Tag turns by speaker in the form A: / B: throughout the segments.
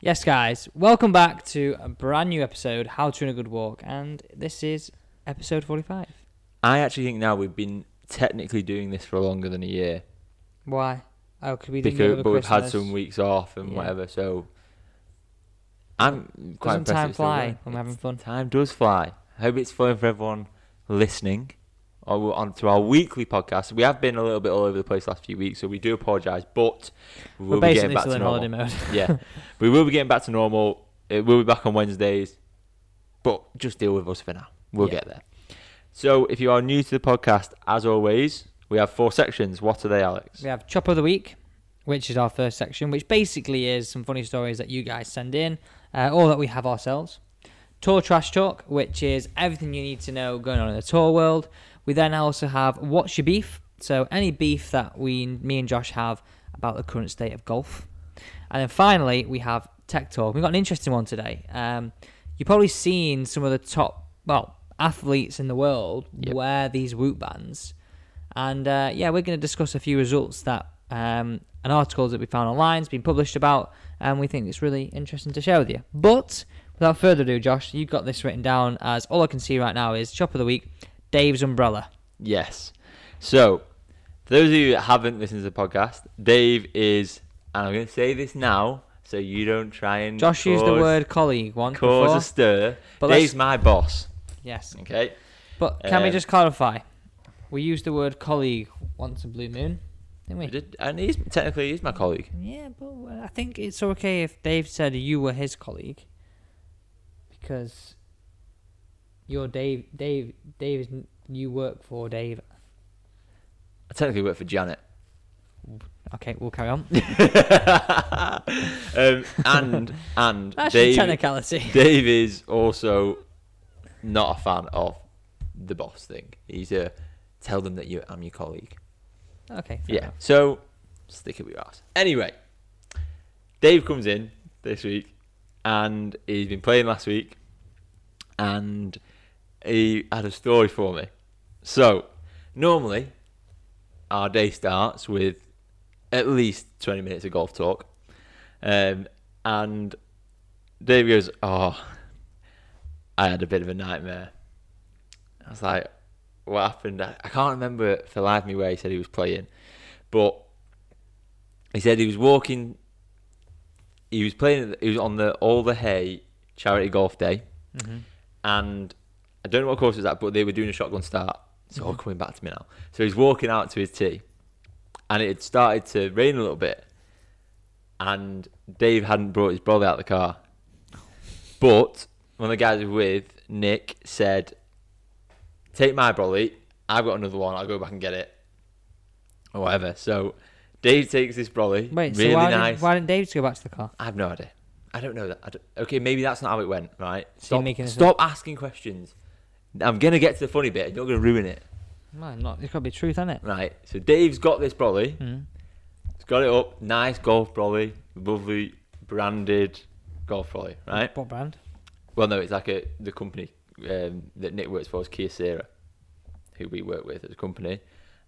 A: Yes, guys, welcome back to a brand new episode, How to Run a Good Walk, and this is episode 45.
B: I actually think now we've been technically doing this for longer than a year
A: Why? Oh, could we do
B: because but we've had some
A: weeks.
B: weeks off and
A: Yeah.
B: whatever. So I'm quite
A: Doesn't
B: impressed.
A: time
B: it's still
A: fly
B: going.
A: when we're having
B: It's-
A: fun?
B: Time does fly. I hope it's fun for everyone listening. Or we're on to our weekly podcast. We have been a little bit all over the place last few weeks, so we do apologise. But we
A: We're
B: will be
A: basically
B: getting back
A: still
B: to
A: in
B: normal.
A: holiday mode.
B: yeah, we will be getting back to normal. It will be back on Wednesdays, but just deal with us for now. We'll
A: Yeah.
B: get there. So, if you are new to the podcast, as always, we have four sections. What are they, Alex?
A: We have Chop of the Week, which is our first section, which basically is some funny stories that you guys send in uh, or that we have ourselves. Tour Trash Talk, which is everything you need to know going on in the tour world. We then also have What's Your Beef? So any beef that we, me and Josh have about the current state of golf. And then finally, we have Tech Talk. We've got an interesting one today. Um, you've probably seen some of the top, well, athletes in the world
B: Yep.
A: wear these Woot bands. And uh, yeah, we're going to discuss a few results that um, an article that we found online has been published about, and we think it's really interesting to share with you. But without further ado, Josh, you've got this written down as all I can see right now is Chop of the Week, Dave's Umbrella.
B: Yes. So, for those of you that haven't listened to the podcast, Dave is, and I'm going to say this now, so you don't try and
A: Josh used the
B: cause-
A: word colleague once
B: cause
A: before.
B: a stir.
A: But
B: Dave's
A: let's-
B: my boss.
A: Yes.
B: Okay.
A: But can we
B: Um,
A: just clarify? We used the word colleague once in Blue Moon, didn't we?
B: I did- And he's technically he's my colleague
A: Yeah, but uh, I think it's okay if Dave said you were his colleague because you're Dave. Dave. Dave is n- you work for Dave.
B: I technically work for Janet.
A: Okay, we'll carry on.
B: um, and and
A: That's your
B: Dave,
A: technicality.
B: Dave is also not a fan of the boss thing. He's a tell them that you I'm your colleague.
A: Okay. fair
B: Yeah.
A: enough.
B: So stick it with your ass. Anyway, Dave comes in this week, and he's been playing last week, and he had a story for me. So normally, our day starts with at least twenty minutes of golf talk, um, and Dave goes, "Oh, I had a bit of a nightmare." I was like, "What happened?" I, I can't remember for the life of me where he said he was playing, but he said he was walking. He was playing. at the- He was on the All the Hay charity golf day,
A: Mm-hmm.
B: and I don't know what course it was at, but they were doing a shotgun start. It's all coming back to me now. So he's walking out to his tee, and it had started to rain a little bit, and Dave hadn't brought his brolly out of the car. But one of the guys he was with, Nick, said, Take my brolly, I've got another one, I'll go back and get it. Or whatever. So Dave takes this brolly.
A: Wait.
B: really
A: so why,
B: nice.
A: did, why didn't Dave just go back to the car?
B: I have no idea. I don't know that. I don't- okay, maybe that's not how it went, right?
A: So you're
B: Stop,
A: making this
B: stop asking questions. I'm going to get to the funny bit. You're going to ruin it,
A: Man, not. It's got to be truth, isn't it?
B: right? So Dave's got this brolly.
A: Mm.
B: He's got it up. Nice golf brolly. Lovely branded golf brolly, right?
A: What brand?
B: Well, no, it's like a the company um, that Nick works for is Kyocera, who we work with as a company,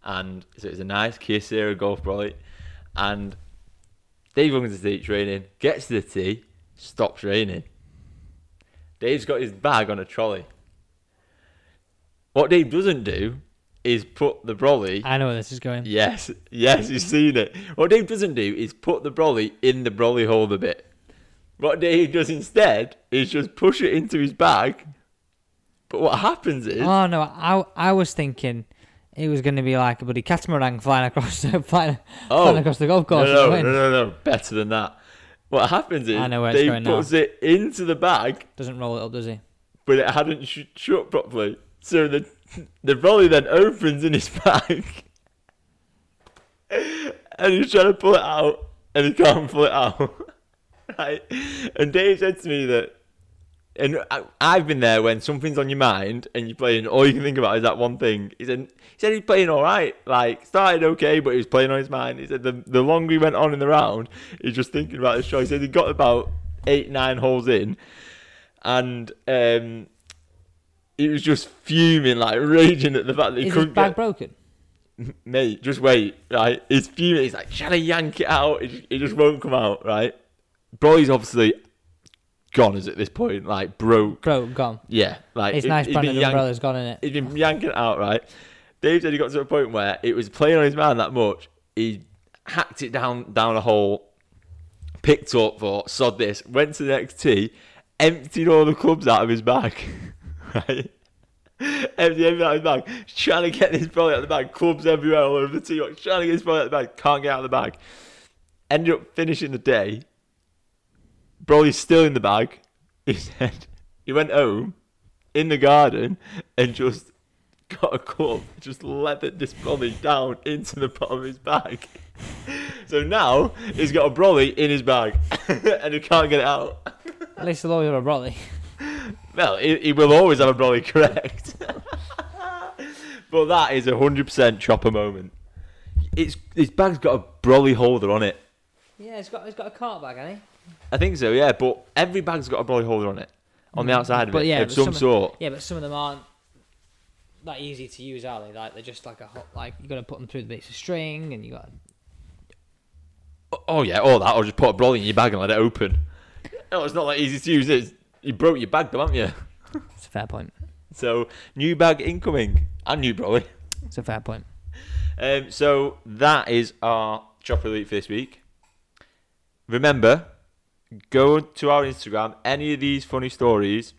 B: and so it's a nice Kyocera golf brolly, and Dave runs to the tee, it's raining, gets to the tee, stops raining. Dave's got his bag on a trolley. What Dave doesn't do is put the brolly.
A: I know where this is going.
B: Yes, yes, you've seen it. What Dave doesn't do is put the brolly in the brolly holder bit. What Dave does instead is just push it into his bag. But what happens is,
A: Oh no, I I was thinking it was going to be like a bloody catamaran flying across the flying,
B: oh,
A: flying across the golf course. and
B: no, no,
A: win.
B: no, no, no, better than that. What happens is,
A: I know where it's
B: Dave
A: going now.
B: puts it into the bag,
A: Doesn't roll it up, does he?
B: but it hadn't sh- shut properly. So the the brolly then opens in his bag, and he's trying to pull it out, and he can't pull it out. right? And Dave said to me that, and I, I've been there when something's on your mind and you're playing, all you can think about is that one thing. He said, he said he's playing all right, like started okay, but he was playing on his mind. He said the, the longer he went on in the round, he was just thinking about his shot. He said he got about eight, nine holes in, and um, he was just fuming, like raging at the fact that he
A: Is his
B: couldn't
A: bag
B: get
A: broken?
B: mate, just wait, right? He's fuming. He's like, shall I yank it out? It, it just won't come out, right? Broly's obviously gone is at this point, like broke.
A: Bro, gone.
B: Yeah, like
A: It's
B: he-
A: nice
B: he's
A: branded
B: been yank-
A: umbrella's gone in it.
B: He's been yanking it out, right? Dave said he got to a point where it was playing on his mind that much. He hacked it down down a hole, picked up for sod this, went to the next tee, emptied all the clubs out of his bag, right? Emptied everything out of his bag, trying to get this ball out of the bag, clubs everywhere all over the tee box, trying to get this ball out of the bag, can't get out of the bag. Ended up finishing the day. Broly's still in the bag. He said he went home in the garden and just got a club, just leathered this brolly down into the bottom of his bag. So now he's got a brolly in his bag and he can't get it out.
A: At least he'll always have a brolly.
B: Well, he, he will always have a brolly, correct? but that is a hundred percent chopper moment. It's his bag's got a brolly holder on it.
A: Yeah, he's got he's got a cart bag, hasn't
B: I think so, yeah. But every bag's got a brolly holder on it, on the outside of
A: But
B: it,
A: yeah,
B: of
A: but
B: some,
A: some-
B: sort.
A: he? Yeah, but some of them aren't that easy to use, are they? Like they're just like a hot like you got to put them through the bits of string, and you got
B: Oh yeah, all that, or just put a brolly in your bag and let it open. No, it's not that easy to use. It's, you broke your bag, though, haven't you?
A: it's a fair point.
B: So new bag incoming and new brolly.
A: It's a fair point.
B: Um, so that is our chopper elite for this week. Remember, go to our Instagram. Any of these funny stories,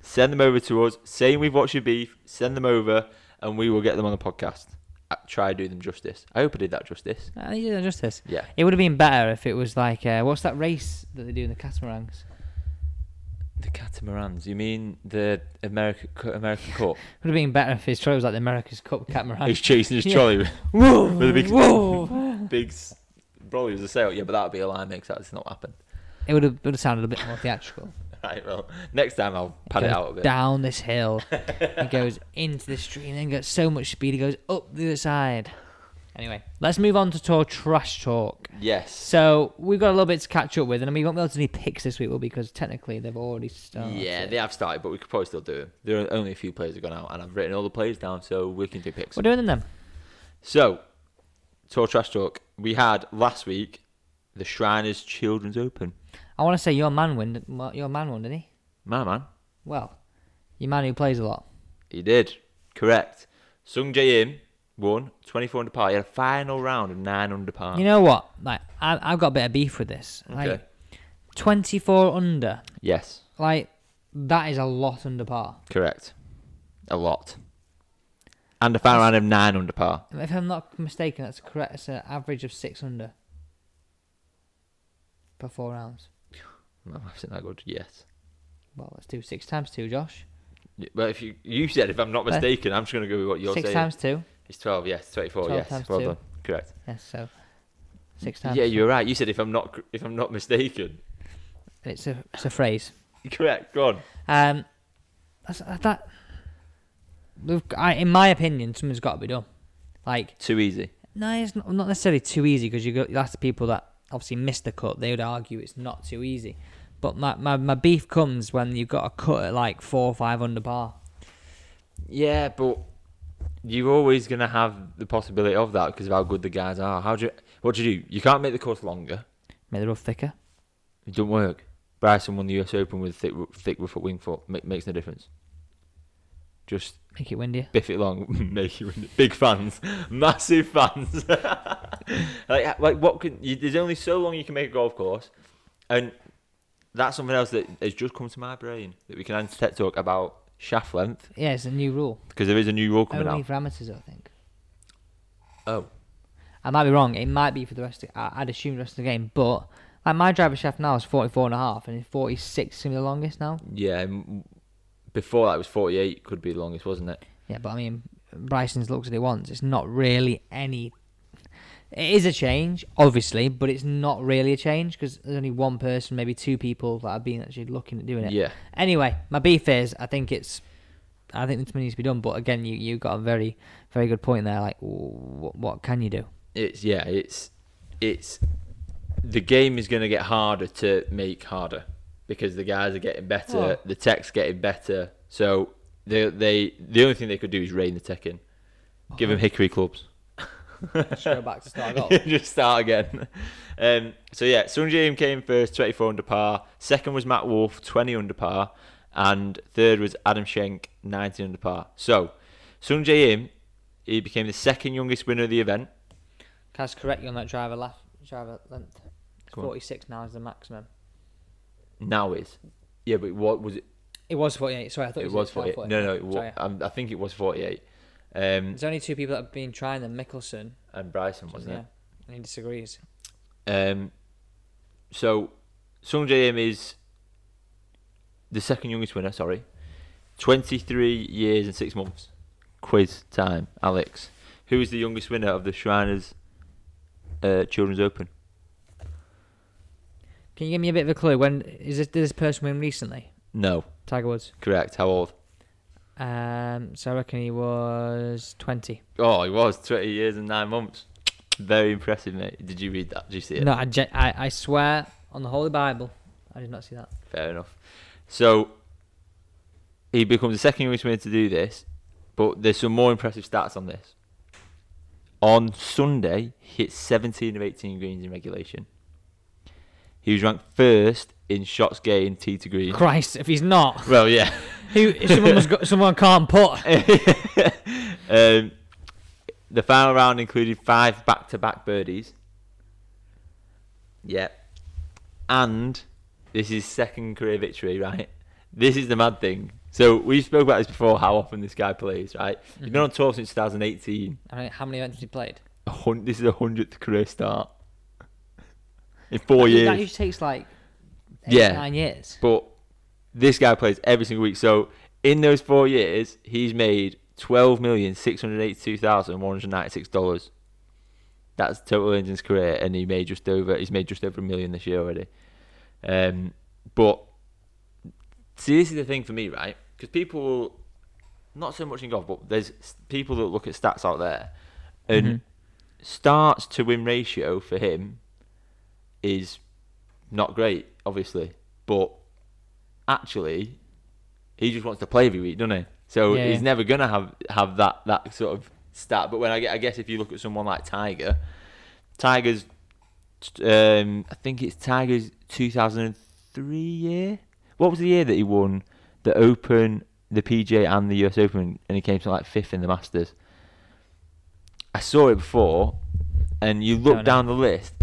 B: send them over to us. Saying we've watched your beef, send them over, and we will get them on the podcast. I try to do them justice. I hope I did that justice.
A: Uh, you did justice.
B: Yeah.
A: It would have been better if it was like uh, what's that race that they do in the catamarans?
B: The catamarans. You mean the American American Cup?
A: It would have been better if his trolley was like the America's Cup catamaran.
B: He's chasing his
A: Ah. Yeah.
B: trolley with-
A: Whoa!
B: with a big
A: whoa!
B: big. s- Brolly was a sale. Yeah, but that would be a lie mix. That's not happened.
A: It would have, would have sounded a bit more theatrical.
B: Right, well, next time I'll pad
A: goes
B: it out a bit.
A: Down this hill, he goes into the street, and then gets so much speed he goes up the other side. Anyway, let's move on to tour trash talk.
B: Yes.
A: So we've got a little bit to catch up with, and we won't be able to do any picks this week, will we? because technically they've already started.
B: yeah, they have started, but we could probably still do them. There are only a few players that gone out, and I've written all the players down, so we can do picks.
A: We're doing them then.
B: So, tour trash talk. We had last week the Shriners Children's Open.
A: I want to say your man won. well, Your man won, didn't he?
B: My man,
A: Well, your man who plays a lot.
B: he did correct. Sung Jae Im won 24 under par. He had a final round of nine under par.
A: You know what? Like I, I've got a bit of beef with this. Like
B: Okay.
A: twenty-four under.
B: yes,
A: Like that is a lot under par.
B: correct. A lot. And a final round of nine under par.
A: If I'm not mistaken, that's correct. It's an average of six under per four rounds.
B: No, I think that good. Yes.
A: Well, let's do six times two, Josh.
B: Y- Well, if you you said if I'm not
A: But-
B: mistaken, I'm just gonna go with what you're
A: six
B: saying.
A: times two.
B: It's twelve. Yes, twenty-four.
A: 12
B: yes,
A: times
B: well
A: two.
B: done. Correct.
A: Yes, so six times.
B: yeah, you're right. You said if I'm not cr- if I'm not mistaken.
A: It's a it's a phrase.
B: Correct. Go on.
A: Um, that's, uh, that. We've, I, in my opinion, something's got to be done. Like,
B: Too easy.
A: no, it's not, not necessarily too easy because you go. That's the people that obviously missed the cut. They would argue it's not too easy. But my, my, my beef comes when you've got a cut at like four or five under par.
B: Yeah, but you're always gonna have the possibility of that because of how good the guys are. How do you, what do you do? You can't make the course longer.
A: Made the rough thicker.
B: It doesn't work. Bryson won the U.S. Open with thick ro- thick rough at wing foot. Ma- makes no difference. Just
A: Make it windier.
B: biff it long. Make you win it. big fans, massive fans. like like what can you, there's only so long you can make a golf course, and that's something else that has just come to my brain that we can then tech talk about shaft length
A: Yeah, it's a new rule.
B: because there is a new rule coming
A: Only
B: out.
A: for amateurs, I think.
B: Oh,
A: I might be wrong. It might be for the rest. Of, I, I'd assume the rest of the game, but like my driver shaft now is 44 and a half, and 46 is gonna be the longest now.
B: yeah. m- Before that it was 48. Could be the longest, wasn't it?
A: Yeah, but I mean, Bryson's looks at it once. It's not really any. It is a change, obviously, but it's not really a change because there's only one person, maybe two people that have been actually looking at doing it.
B: Yeah.
A: Anyway, my beef is, I think it's, I think something needs to be done. But again, you you got a very, very good point there. Like, what, what can you do?
B: It's yeah. It's it's the game is going to get harder to make harder because the guys are getting better.
A: Oh.
B: The tech's getting better. So they they the only thing they could do is rein the tech in. Give them hickory clubs.
A: Just go back to start off.
B: just start again. Um, so yeah, Sung Jae-im came first, 24 under par. Second was Matt Wolf, 20 under par, and third was Adam Schenk, 19 under par. So Sung Jae-im, he became the second youngest winner of the event.
A: Cas correct you on that driver left driver length.
B: Come on.
A: Forty six now is the maximum.
B: Now is yeah, but what was it?
A: It was forty eight, sorry, I thought
B: It was 48.
A: 48.
B: No, no, it wa-
A: Sorry.
B: um, I think it was 48. Um,
A: There's only two people that have been trying them, Mickelson,
B: and Bryson
A: yeah,
B: wasn't it?
A: and he disagrees.
B: Um, so Sung Jae Im is the second youngest winner. Sorry, twenty-three years and six months. Quiz time, Alex. Who is the youngest winner of the Shriners uh, Children's Open?
A: Can you give me a bit of a clue? When is this did this person win recently?
B: No,
A: Tiger Woods.
B: correct. How old?
A: Um so I reckon he was twenty.
B: Oh, he was twenty years and nine months. Very impressive, mate. Did you read that? Did you see it?
A: No, I, gen- I I swear on the Holy Bible, I did not see that.
B: Fair enough. So he becomes the second youngest man to do this, but there's some more impressive stats on this. On Sunday, he hit 17 of 18 greens in regulation. He was ranked first in shots gained tee to green.
A: Christ, if he's not,
B: Well, yeah.
A: who someone was got, someone can't put.
B: um, the final round included five back-to-back birdies. Yeah, and this is second career victory, right? This is the mad thing. So we spoke about this before. How often this guy plays, right? He's
A: Mm-hmm.
B: been on tour since 2018.
A: I mean, how many events has he played?
B: A hun- this is a hundredth career start in four years.
A: That usually takes like eight,
B: Yeah.
A: nine years.
B: But this guy plays every single week. So in those four years, he's made twelve million six hundred eighty-two thousand one hundred ninety-six dollars. That's total earnings in his career, and he made just over. He's made just over a million this year already. Um, but see, this is the thing for me, right? Because people, will- not so much in golf, but there's s- people that look at stats out there, and starts to win ratio for him is not great, obviously, but actually, he just wants to play every week, doesn't he? So
A: Yeah,
B: he's
A: yeah.
B: never gonna have have that that sort of stat. But when I, gue- I guess if you look at someone like Tiger, Tiger's, um, I think it's Tiger's 2003 year. What was the year that he won the Open, the PJ, and the US Open, and he came to like fifth in the Masters? I saw it before, and you
A: Don't know.
B: look down the list.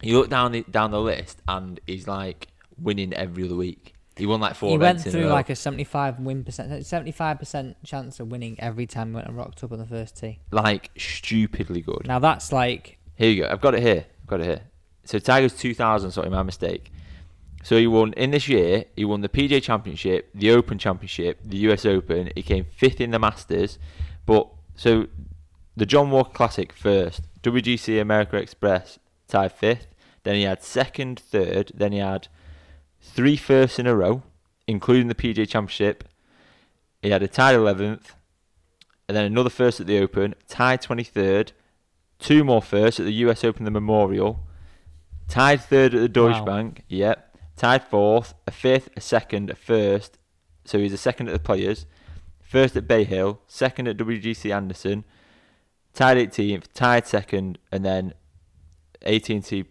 B: You look down the down the list, and he's like winning every other week. He won like four.
A: he went
B: events in
A: through
B: a row.
A: like a 75 win percent, 75 percent chance of winning every time he went and rocked up on the first tee.
B: like stupidly good.
A: Now that's like
B: Here you go. I've got it here. I've got it here. So Tiger's 2000. Sorry, my mistake. So he won in this year. He won the PJ Championship, the Open Championship, the US Open. He came fifth in the Masters, but so the John Walker Classic first, WGC America Express tied fifth. Then he had second, third. Then he had three firsts in a row, including the PJ Championship. He had a tied 11th, and then another first at the Open, tied 23rd, two more firsts at the US Open, the Memorial, tied third at the Deutsche
A: Wow.
B: Bank, yep, tied fourth, a fifth, a second, a first, so he's a second at the Players, first at Bay Hill, second at WGC Anderson, tied 18th, tied second, and then 18th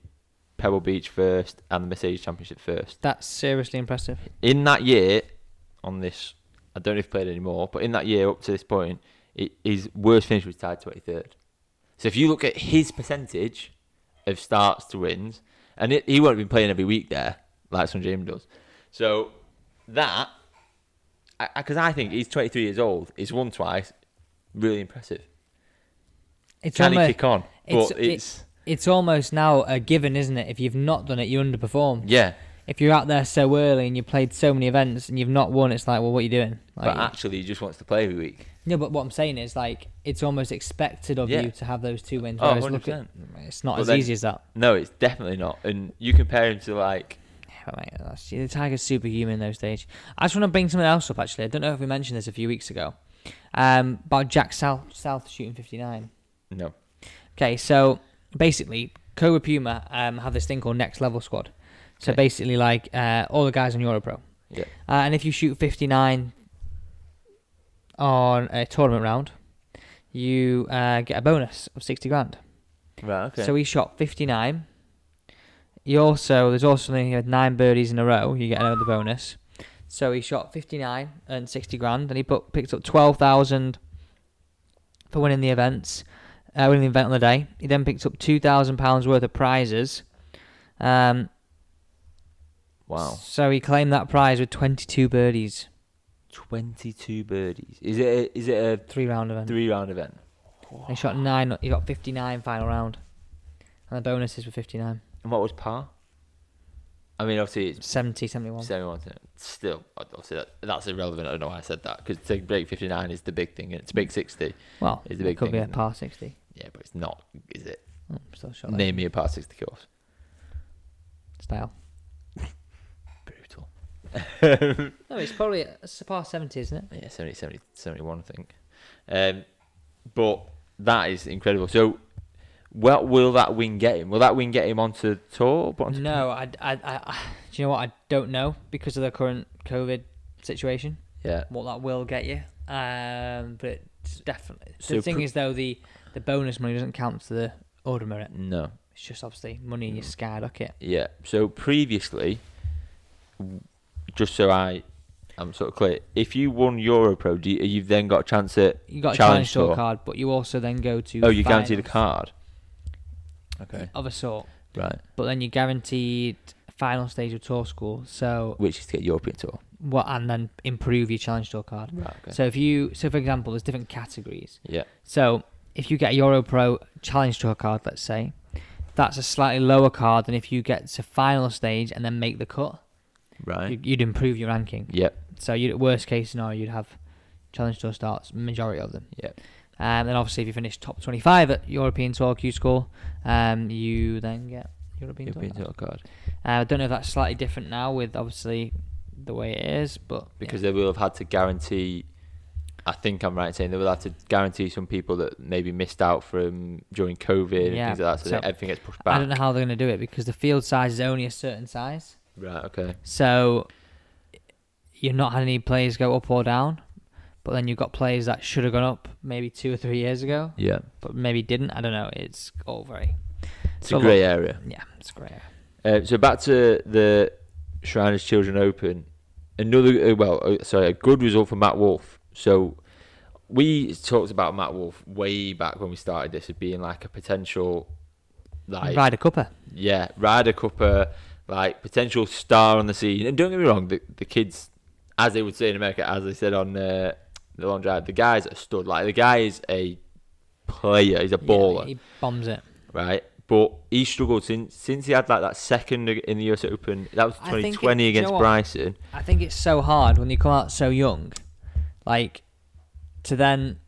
B: Pebble Beach first and the Mercedes Championship first.
A: that's seriously impressive.
B: In that year, on this, I don't know if he played anymore, but in that year up to this point, it, his worst finish was tied 23rd. So if you look at his percentage of starts to wins, and it, he won't have been playing every week there like Sun James does. So that, because I, 'cause I think he's 23 years old, he's won twice, really impressive.
A: It's
B: Can he
A: almost
B: kick on?
A: it's-
B: but
A: it-
B: it's
A: it's almost now a given, isn't it? If you've not done it, you underperform.
B: yeah.
A: If you're out there so early and you played so many events and you've not won, it's like, well, what are you doing? Like,
B: But actually, he just wants to play every week.
A: no, but what I'm saying is like it's almost expected of
B: Yeah.
A: you to have those two wins.
B: Oh,
A: whereas look at-
B: 100%.
A: it's not
B: But
A: as
B: then-
A: easy as that.
B: No, it's definitely not. And you compare him to like
A: Yeah, but mate, that's, the Tiger's superhuman those days. I just want to bring something else up, actually. I don't know if we mentioned this a few weeks ago um, about Jack South, South shooting 59.
B: no.
A: Okay, so basically, Cobra Puma um, have this thing called Next Level Squad. So
B: Okay.
A: basically, like uh, all the guys on Europro.
B: Yeah.
A: Uh, and if you shoot 59 on a tournament round, you uh, get a bonus of 60 grand.
B: Right, okay.
A: So he shot 59. He also, there's also something he had nine birdies in a row. You get another bonus. So he shot 59 and 60 grand, and he put, picked up 12,000 for winning the events, uh, winning the event on the day. He then picked up 2,000 pounds worth of prizes. Um,
B: wow.
A: So he claimed that prize with 22 birdies,
B: 22 birdies. Is it a, is it a
A: three round event.
B: three round event?
A: He shot nine. He got 59 final round, and the bonuses were 59,
B: And what was par? I mean, obviously, it's
A: 70, 71.
B: 71. isn't it? Still, obviously, that, that's irrelevant. I don't know why I said that because to break 59 is the big thing. and It's big 60.
A: well,
B: It's a big
A: it could
B: thing,
A: be a
B: isn't it?
A: par 60.
B: Yeah, but it's not, is it?
A: Oh, I'm still shot. that
B: Name me a par 60 course.
A: Style.
B: Brutal.
A: No, it's probably it's a par 70, isn't it?
B: Yeah, 70, 70, 71, I think. Um, but that is incredible. So, what will that win get him? Will that win get him onto tour? But onto
A: No, I, I, I, I- do you know what? I don't know because of the current COVID situation.
B: Yeah.
A: What that will get you, um, but it's definitely.
B: So
A: the thing
B: pr-
A: is though, the the bonus money doesn't count to the order merit.
B: No.
A: It's just obviously money in your
B: Hmm.
A: skyrocket.
B: Yeah. So previously, w- just so I, I'm sort of clear. If you won EuroPro, do you, you've then got a chance at
A: You got a
B: Challenge
A: challenge tour
B: tour.
A: card, but you also then go to
B: oh, you guaranteed a
A: finals
B: card. Okay.
A: of a sort.
B: Right.
A: but then you're guaranteed final stage of tour school. So
B: Which is to get European tour.
A: what, and then improve your challenge tour card.
B: Right. Okay.
A: So if you, so for example, there's different categories.
B: yeah.
A: So if you get a Euro Pro challenge tour card, let's say, that's a slightly lower card than if you get to final stage and then make the cut.
B: Right.
A: You- You'd improve your ranking.
B: Yep.
A: So you'd, worst case scenario, you'd have challenge tour starts majority of them.
B: Yep.
A: Um, then obviously, if you finish top 25 at European Tour Q School, um, you then get European, Tour.
B: European
A: card.
B: tour card.
A: Uh, I don't know if that's slightly different now with obviously the way it is, but
B: Because they will have had to guarantee. I think I'm right in saying they will have to guarantee some people that maybe missed out from during COVID
A: Yeah,
B: and things like that, so, that
A: so
B: everything gets pushed
A: yeah.
B: back.
A: I don't know how they're going to do it because the field size is only a certain size,
B: Right. Okay.
A: so you're not had any players go up or down. But then you've got players that should have gone up maybe two or three years ago,
B: Yeah.
A: but maybe didn't. I don't know. It's all very
B: It's
A: So
B: a
A: look-
B: grey area.
A: yeah, it's great.
B: Uh, so back to the Shriners Children Open. Another uh, well, uh, sorry, a good result for Matt Wolf. So we talked about Matt Wolf way back when we started this as being like a potential, like
A: Ryder Cupper.
B: yeah, Ryder Cupper, like potential star on the scene. And don't get me wrong, the the kids, as they would say in America, as they said on uh, the long drive, the guys are stud. Like the guy is a player, he's a baller
A: Yeah, he bombs it.
B: right? But he struggled since since he had like that second in the US Open. That was
A: I think it-
B: 2020
A: do you
B: against
A: know what?
B: Bryson.
A: I think it's so hard when you come out so young, like to then.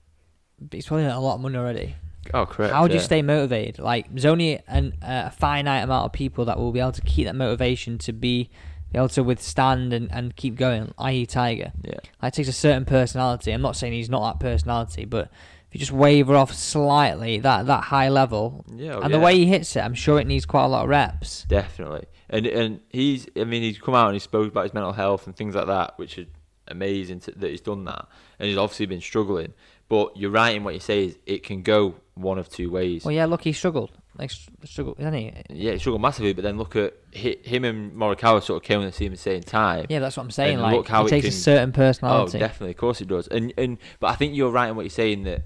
A: He's probably not a lot of money already.
B: Oh, correct.
A: How do you
B: yeah.
A: stay motivated? Like, there's only an, a finite amount of people that will be able to keep that motivation to be be able to withstand and, and keep going, i.e., Tiger.
B: Yeah,
A: Like, it takes a certain personality. I'm not saying he's not that personality, but if you just waver off slightly that, that high level,
B: yeah. oh,
A: and
B: yeah,
A: the way he hits it, I'm sure it needs quite a lot of reps.
B: definitely. And and he's I mean he's come out and he spoke about his mental health and things like that, which is amazing to, that he's done that. And he's obviously been struggling. But you're right in what you say is it can go one of two ways.
A: Well, yeah, look, he struggled. Like, str- struggled, didn't he?
B: yeah, he struggled massively, but then look at hi- him and Morikawa sort of came on the scene at the same time.
A: Yeah, that's what I'm saying.
B: And
A: like,
B: look how
A: it
B: it
A: takes a
B: can-
A: certain
B: Oh,
A: personality.
B: definitely, of course it does. And and but I think you're right in what you're saying that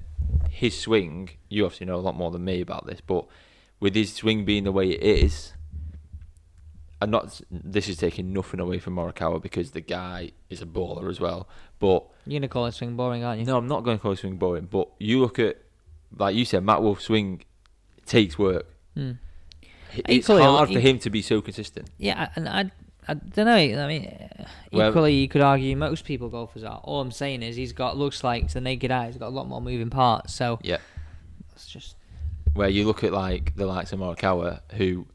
B: his swing. You obviously know a lot more than me about this, but with his swing being the way it is, and not this is taking nothing away from Morikawa because the guy is a baller as well. But
A: You're gonna call it swing boring, aren't you?
B: no, I'm not going to call his swing boring. But you look at like you said, Matt Wolf's swing takes work.
A: Hmm.
B: H- It's
A: Equally,
B: hard for
A: he-
B: him to be so consistent.
A: Yeah, and I, I don't know. I mean,
B: Well-
A: equally, you could argue most people golfers are. All I'm saying is he's got looks like to the naked eye, he's got a lot more moving parts. So
B: Yeah.
A: it's just
B: Where you look at like the likes of Morikawa, who,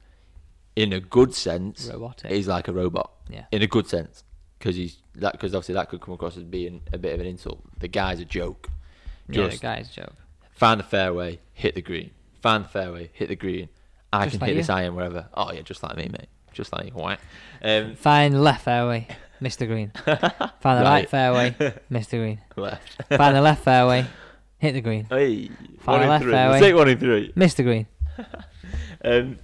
B: in a good sense,
A: robotic.
B: He's like a robot.
A: Yeah.
B: In a good sense, because he's that because obviously that could come across as being a bit of an insult. The guy's a joke.
A: yeah, the
B: Just
A: guy's joke.
B: find the fairway, hit the green. Find the fairway, hit the green. I
A: Just
B: can
A: like
B: hit
A: you.
B: this iron wherever. Oh yeah, just like me, mate. Just like you. Why? Um,
A: Find left fairway, Mr. Green. Find the right,
B: Right.
A: fairway, Mr. Green.
B: left.
A: Find the left fairway, Hit the green.
B: Hey,
A: Far
B: one in
A: left
B: three.
A: fairway.
B: Mistake one in three.
A: Missed the green.
B: Um,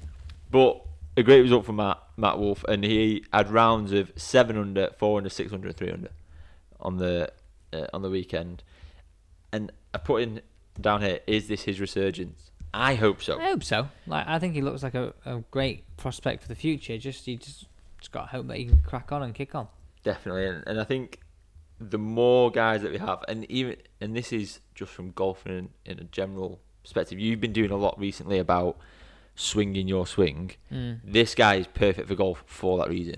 B: but a great result for Matt Matt Wolf, and he had rounds of seven under, four under, six under, and three under on the uh, on the weekend. And I put in down here: is this his resurgence? I hope so.
A: I hope so. Like I think he looks like a, a great prospect for the future. Just you just just got to hope that he can crack on and kick on.
B: Definitely, and, and I think the more guys that we have, and even and this is just from golfing in, in a general perspective. You've been doing a lot recently about swinging your swing.
A: Mm.
B: This guy is perfect for golf for that reason.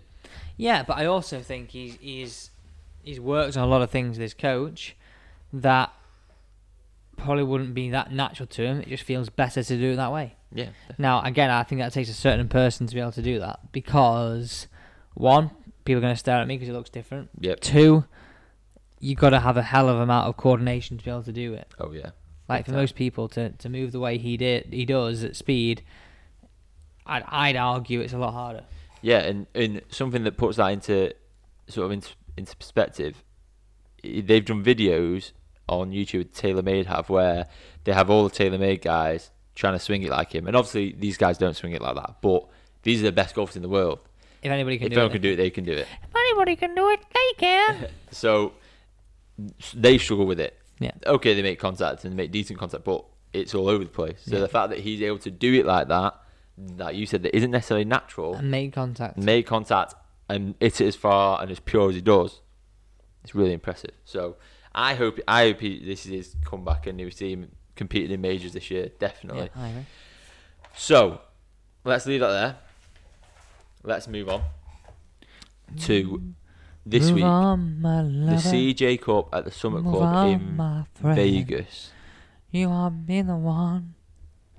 A: Yeah, but I also think he's he's he's worked on a lot of things with his coach that probably wouldn't be that natural to him. It just feels better to do it that way.
B: Yeah,
A: Now, again, I think that takes a certain person to be able to do that because one, people are going to stare at me because it looks different.
B: Yep.
A: Two, you got to have a hell of amount of coordination to be able to do it.
B: Oh yeah.
A: Like for most people to, to move the way he did he does at speed, I'd I'd argue it's a lot harder.
B: Yeah, and, and something that puts that into sort of into, into perspective, i- they've done videos on YouTube TaylorMade have where they have all the TaylorMade guys trying to swing it like him, and obviously these guys don't swing it like that, but these are the best golfers in the world.
A: If anybody can
B: if
A: do
B: anyone
A: it,
B: can do it, they can do it.
A: if anybody can do it, they can.
B: So s- they struggle with it.
A: Yeah.
B: Okay, they make contact and they make decent contact, but it's all over the place. So
A: Yeah.
B: the fact that he's able to do it like that, that you said that isn't necessarily natural.
A: and make contact.
B: made contact and hit it as far and as pure as he does. It's really impressive. So I hope I hope he, this is his comeback and new team competing in majors this year,
A: Yeah,
B: definitely.
A: I agree.
B: So let's leave that there. Let's move on to this
A: Move
B: week.
A: on, my
B: The
A: lover.
B: CJ Cup at the Summit
A: Move
B: Club
A: on,
B: in
A: my friend.
B: Vegas.
A: You are me the one.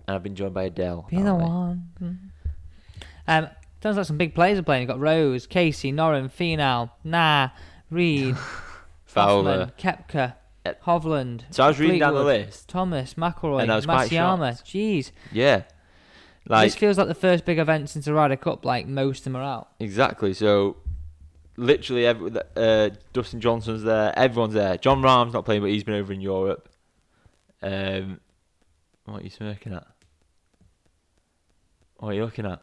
B: And I've been joined by Adele.
A: Be the
B: aren't we?
A: one. Um, sounds like some big players are playing. You've got Rose, Casey, Norin, Finau, Nah, Reed, Hoffman,
B: Fowler.
A: Kepka,
B: Uh,
A: Hovland.
B: So I was reading down the
A: Fleetwood,
B: list.
A: Thomas, McElroy,
B: and I was quite
A: Masayama. Jeez,
B: Yeah. Like
A: this feels like the first big event since the Ryder Cup. Like most of them are out.
B: Exactly. So, literally, every, uh, Dustin Johnson's there. Everyone's there. John Rahm's not playing, but he's been over in Europe. Um, what are you smirking at? What are you looking at?
A: I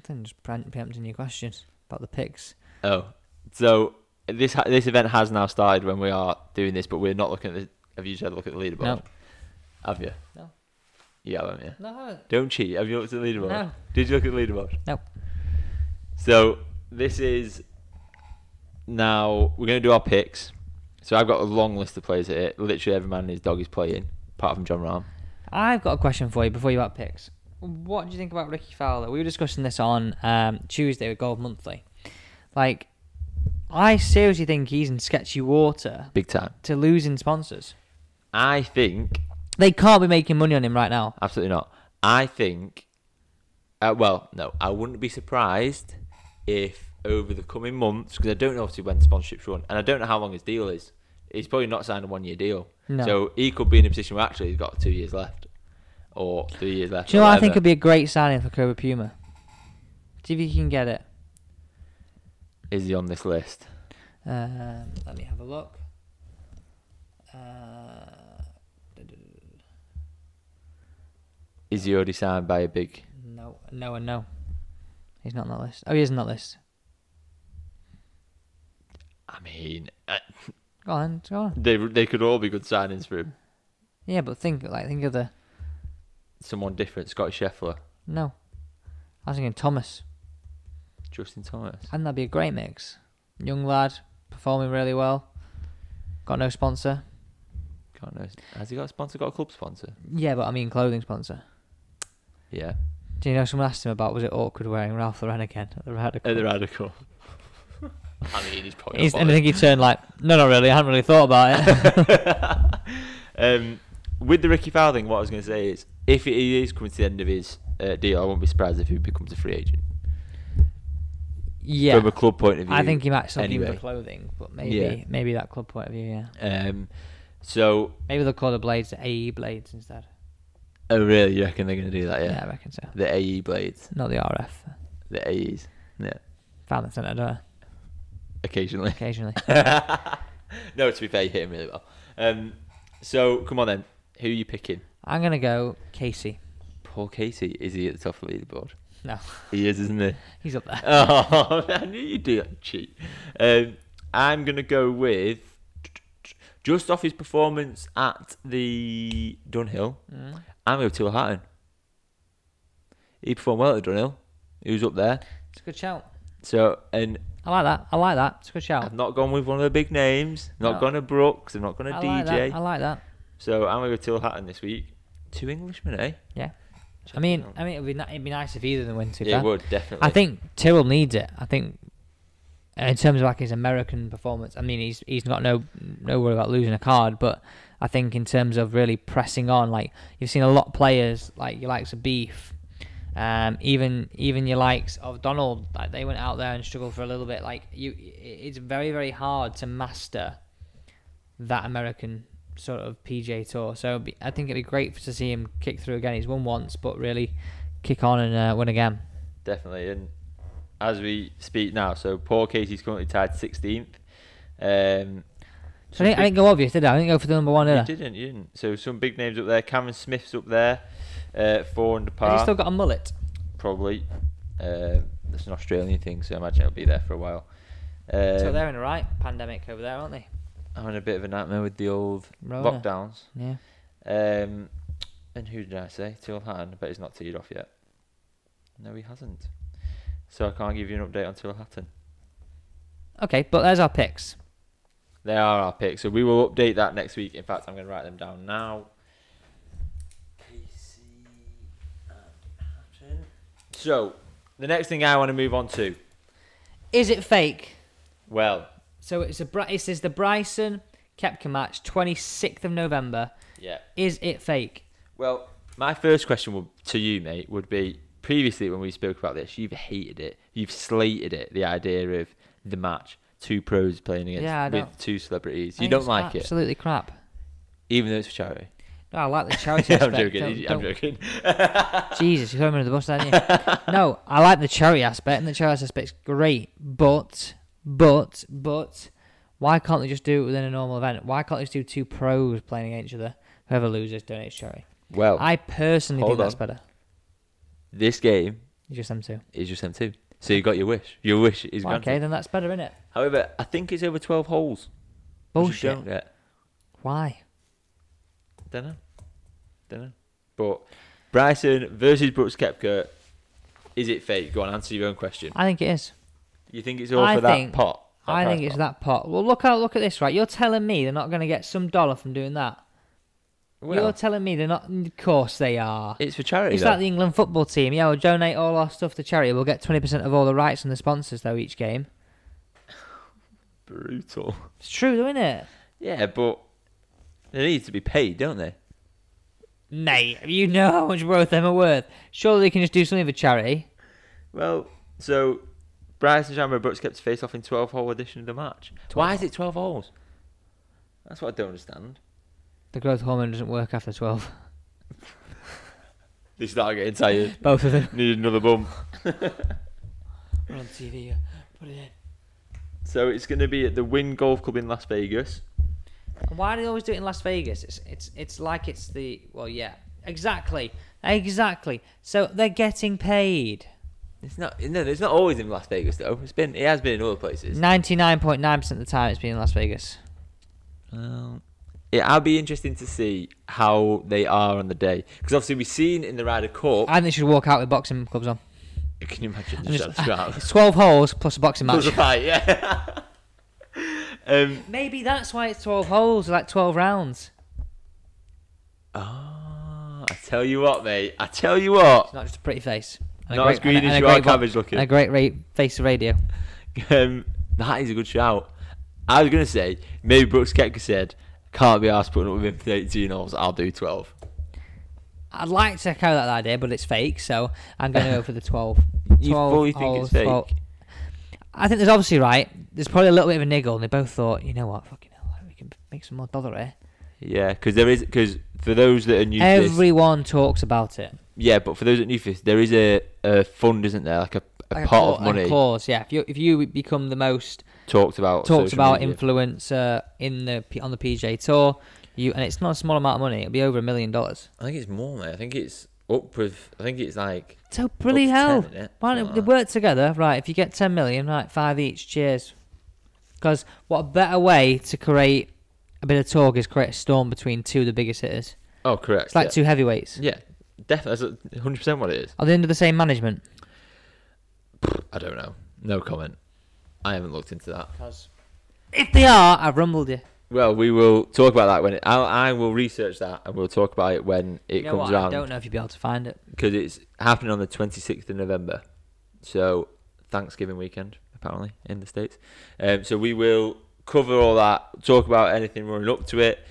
A: think I'm just pre- preempting your questions about the picks.
B: Oh, so this ha- this event has now started when we are doing this, but we're not looking at the. Have you had a look at the leaderboard?
A: No.
B: Have you?
A: No.
B: You haven't, you?
A: No, I haven't.
B: Don't cheat. Have you looked at the leaderboard?
A: No.
B: Did you look at the leaderboard?
A: No.
B: So this is now we're gonna do our picks. So I've got a long list of players here. Literally every man and his dog is playing, apart from John Rahm.
A: I've got a question for you before you out picks. What do you think about Ricky Fowler? We were discussing this on um, Tuesday with Gold Monthly. Like, I seriously think he's in sketchy water
B: Big time.
A: to losing sponsors.
B: I think
A: They can't be making money on him right now.
B: absolutely not. I think uh, well, no, I wouldn't be surprised if over the coming months, because I don't know obviously when sponsorships run, and I don't know how long his deal is. He's probably not signed a one year deal.
A: No.
B: So he could be in a position where actually he's got two years left. Or three years left.
A: Do you
B: or
A: know what I
B: whatever.
A: think would be a great signing for Cobra Puma? See if you can get it.
B: is he on this list?
A: Um, let me have a look. Uh,
B: Is he already signed by a big?
A: no, no, and no. He's not on that list. Oh, he is on that list.
B: I mean, uh,
A: Go on, go on.
B: they they could all be good signings for him.
A: Yeah, but think like think of the
B: Someone different, Scotty Scheffler,
A: No. I was thinking Thomas.
B: Justin Thomas.
A: I think that'd be a great mix. Young lad, performing really well. Got no sponsor.
B: God knows. Has he got a sponsor? Got a club sponsor?
A: Yeah, but I mean clothing sponsor.
B: Yeah.
A: Do you know someone asked him about was it awkward wearing Ralph Lauren again at the Ryder
B: At
A: Cup?
B: the radical. I mean, he's probably.
A: He's,
B: not
A: and I
B: bothered.
A: think he turned like, no, not really. I hadn't really thought about it.
B: um, with the Ricky Fowler thing, what I was going to say is, if he is coming to the end of his uh, deal, I won't be surprised if he becomes a free agent.
A: yeah,
B: From a club point of view,
A: I think he might still be
B: anyway.
A: with clothing, but maybe
B: Yeah.
A: maybe that club point of view. Yeah,
B: Um, so,
A: maybe they'll call the blades the AE blades instead.
B: oh really? You reckon they're going to do that?
A: Yeah,
B: Oh, Yeah.
A: I reckon so.
B: The AE blades,
A: Not the RF.
B: the AEs. Yeah.
A: Found the centre door
B: Occasionally.
A: occasionally.
B: no, to be fair, you hit him really well. Um, so come on then. Who are you picking?
A: I'm gonna go Casey.
B: Poor Casey. Is he at the top of the leaderboard?
A: No,
B: He is, isn't he?
A: he's up there.
B: Oh, I knew you'd do that cheat. Um, I'm going to go with just off his performance at the Dunhill.
A: Mm.
B: I'm going to go Till Hatton. He performed well at the Dunhill. He was up there.
A: It's a good shout.
B: So, and
A: I like that. I like that. It's a good shout.
B: I've not gone with one of the big names. Not
A: No.
B: gone to Brooks. I've not gone to
A: I
B: DJ.
A: like that. I like that.
B: So I'm going to go Till Hatton this week. Two Englishmen, eh?
A: Yeah.
B: Check
A: I mean,
B: it out.
A: I mean, it'd be, ni- it'd be nice if either of them went too
B: Yeah,
A: bad.
B: it would, definitely.
A: I think Tyrrell needs it. I think in terms of like his American performance, I mean he's he's got no no worry about losing a card, but I think in terms of really pressing on, like you've seen a lot of players like your likes of Beef, um, even even your likes of Donald, like they went out there and struggled for a little bit. Like you, i- it's very very hard to master that American sort of PJ tour. So it'd be, I think it'd be great to see him kick through again. He's won once, but really kick on and uh, win again.
B: Definitely. And as we speak now, so Paul Casey's currently tied 16th. Um,
A: So I didn't, I didn't go obvious, did I? I didn't go for the number one, did I?
B: you didn't, you didn't. So some big names up there. Cameron Smith's up there, uh, four under
A: Has
B: par,
A: he still got a mullet?
B: probably. Uh, that's an Australian thing, so I imagine it'll be there for a while. Um,
A: so they're in a right pandemic over there, aren't they?
B: I'm in a bit of a nightmare with the old
A: Rona.
B: lockdowns.
A: Oh, Yeah.
B: Um, and who did I say? Till Hatton. I bet he's not teed off yet. No, he hasn't. So I can't give you an update on Till Hatton.
A: Okay, but there's our picks.
B: They are our picks, so we will update that next week. In fact, I'm going to write them down now. Casey and Hatton. So, the next thing I want to move on to,
A: Is it fake?
B: well,
A: So it's a Bri- it is the Bryson Kepka match, 26th of November.
B: yeah.
A: Is it fake?
B: Well, my first question would, to you, mate, would be previously when we spoke about this, you've hated it, you've slated it, the idea of the match, two pros playing against
A: Yeah, I
B: with
A: don't-
B: two celebrities.
A: I
B: You
A: think
B: don't
A: it's
B: like it,
A: Absolutely crap.
B: even though it's for charity.
A: No, I like the charity
B: I'm
A: aspect.
B: joking.
A: Don't- don't-
B: I'm joking.
A: Jesus, you threw me under the bus, didn't you? no, I like the charity aspect, and the charity aspect's great, but, but, but, why can't they just do it within a normal event? Why can't they just do two pros playing against each other? Whoever loses donates to charity.
B: Well,
A: I personally
B: Oh. Hold
A: think that's
B: on.
A: better.
B: this game
A: It's just them two.
B: is just them two. So you got your wish. Your wish is
A: Well,
B: granted.
A: okay, then that's better, isn't it?
B: However, I think it's over 12 holes. Which you
A: Bullshit.
B: don't get.
A: Why?
B: Don't know. Don't know. But Bryson versus Brooks Kepka, is it fake? Go on, answer your own question.
A: I think it is.
B: You think it's all
A: I
B: for
A: think-
B: that pot? That
A: I
B: prize
A: think it's
B: pot?
A: that pot. Well, look out! Look at this, right? You're telling me they're not going to get some dollar from doing that. You're
B: Well,
A: telling me they're not. Of course they are.
B: it's for charity.
A: It's
B: though.
A: like the England football team. Yeah, we'll donate all our stuff to charity. We'll get 20% of all the rights and the sponsors, though, each game.
B: Brutal.
A: It's true, though, isn't it?
B: Yeah, but they need to be paid, don't they?
A: Mate, you know how much worth them are worth. Surely they can just do something for charity.
B: Well, so Bryson Chamber and Brooks Kepka face off in 12 hole edition of the match. Why is it 12 holes? That's what I don't understand.
A: The growth hormone doesn't work after 12.
B: They start getting tired.
A: Both of them.
B: Need another bump.
A: We're on TV. Put it in.
B: So it's going to be at the Wynn Golf Club in Las Vegas.
A: Why do they always do it in Las Vegas? It's it's it's like it's the well, yeah, exactly, exactly. So they're getting paid.
B: It's not. No, it's not always in Las Vegas though. It's been. It has been in other places.
A: Ninety nine point nine percent of the time, it's been in Las Vegas.
B: Um, yeah, I'll be interesting to see how they are on the day because obviously we've seen in the Ryder Cup.
A: I think they should walk out with boxing clubs on.
B: can you imagine
A: I'm
B: the
A: just-
B: just, strap?
A: It's twelve holes plus a boxing
B: Plus
A: match.
B: a fight, yeah. um,
A: Maybe that's why it's twelve holes, like twelve rounds.
B: ah, I tell you what, mate. I tell you what.
A: It's not just a pretty face. And a
B: Not as green
A: and a-
B: as
A: and a
B: you are
A: great vo-
B: cabbage looking.
A: And a great ra- face of radio.
B: Um, that is a good shout. I was gonna say maybe Brooks Koepka said can't be asked putting up with him for 18 holes. I'll do 12.
A: I'd like to echo that idea, but it's fake, so I'm going to go for the 12.
B: You
A: 12
B: fully think
A: holes,
B: it's fake?
A: 12. I think there's obviously right. There's probably a little bit of a niggle, and they both thought, you know what, fucking hell, we can make some more dollar here.
B: Yeah, because there is because for those that are new to this,
A: Everyone talks about it.
B: yeah, but for those that are new to this, there is a, a fund, isn't there? Like a, a
A: Like
B: pot
A: cla- like
B: of
A: a
B: money
A: clause, yeah. If you if you become the most
B: talked about.
A: talked
B: social
A: about
B: media.
A: influencer in the P- on the PJ Tour, You and it's not a small amount of money. It'll be over a million dollars.
B: I think it's more, mate. I think it's up with. I think it's like.
A: So bloody
B: to 10,
A: hell!
B: innit?
A: Why don't
B: Something
A: they
B: like
A: work together? Right, if you get ten million, right, five each. Cheers. Because what better way to create a bit of talk is create a storm between two of the biggest hitters.
B: Oh, correct.
A: It's like
B: yeah.
A: two heavyweights.
B: Yeah, definitely. That's 100% what it is.
A: Are they under the same management?
B: I don't know. No comment. I haven't looked into that.
A: If they are, I've rumbled you.
B: Well, we will talk about that when it, I'll, I will research that and we'll talk about it when it
A: you know
B: comes
A: what? I don't
B: around
A: know if you'll be able to find it.
B: because it's happening on the 26th of November. So, Thanksgiving weekend, apparently, in the States. Um, so, we will cover all that, talk about anything running up to it.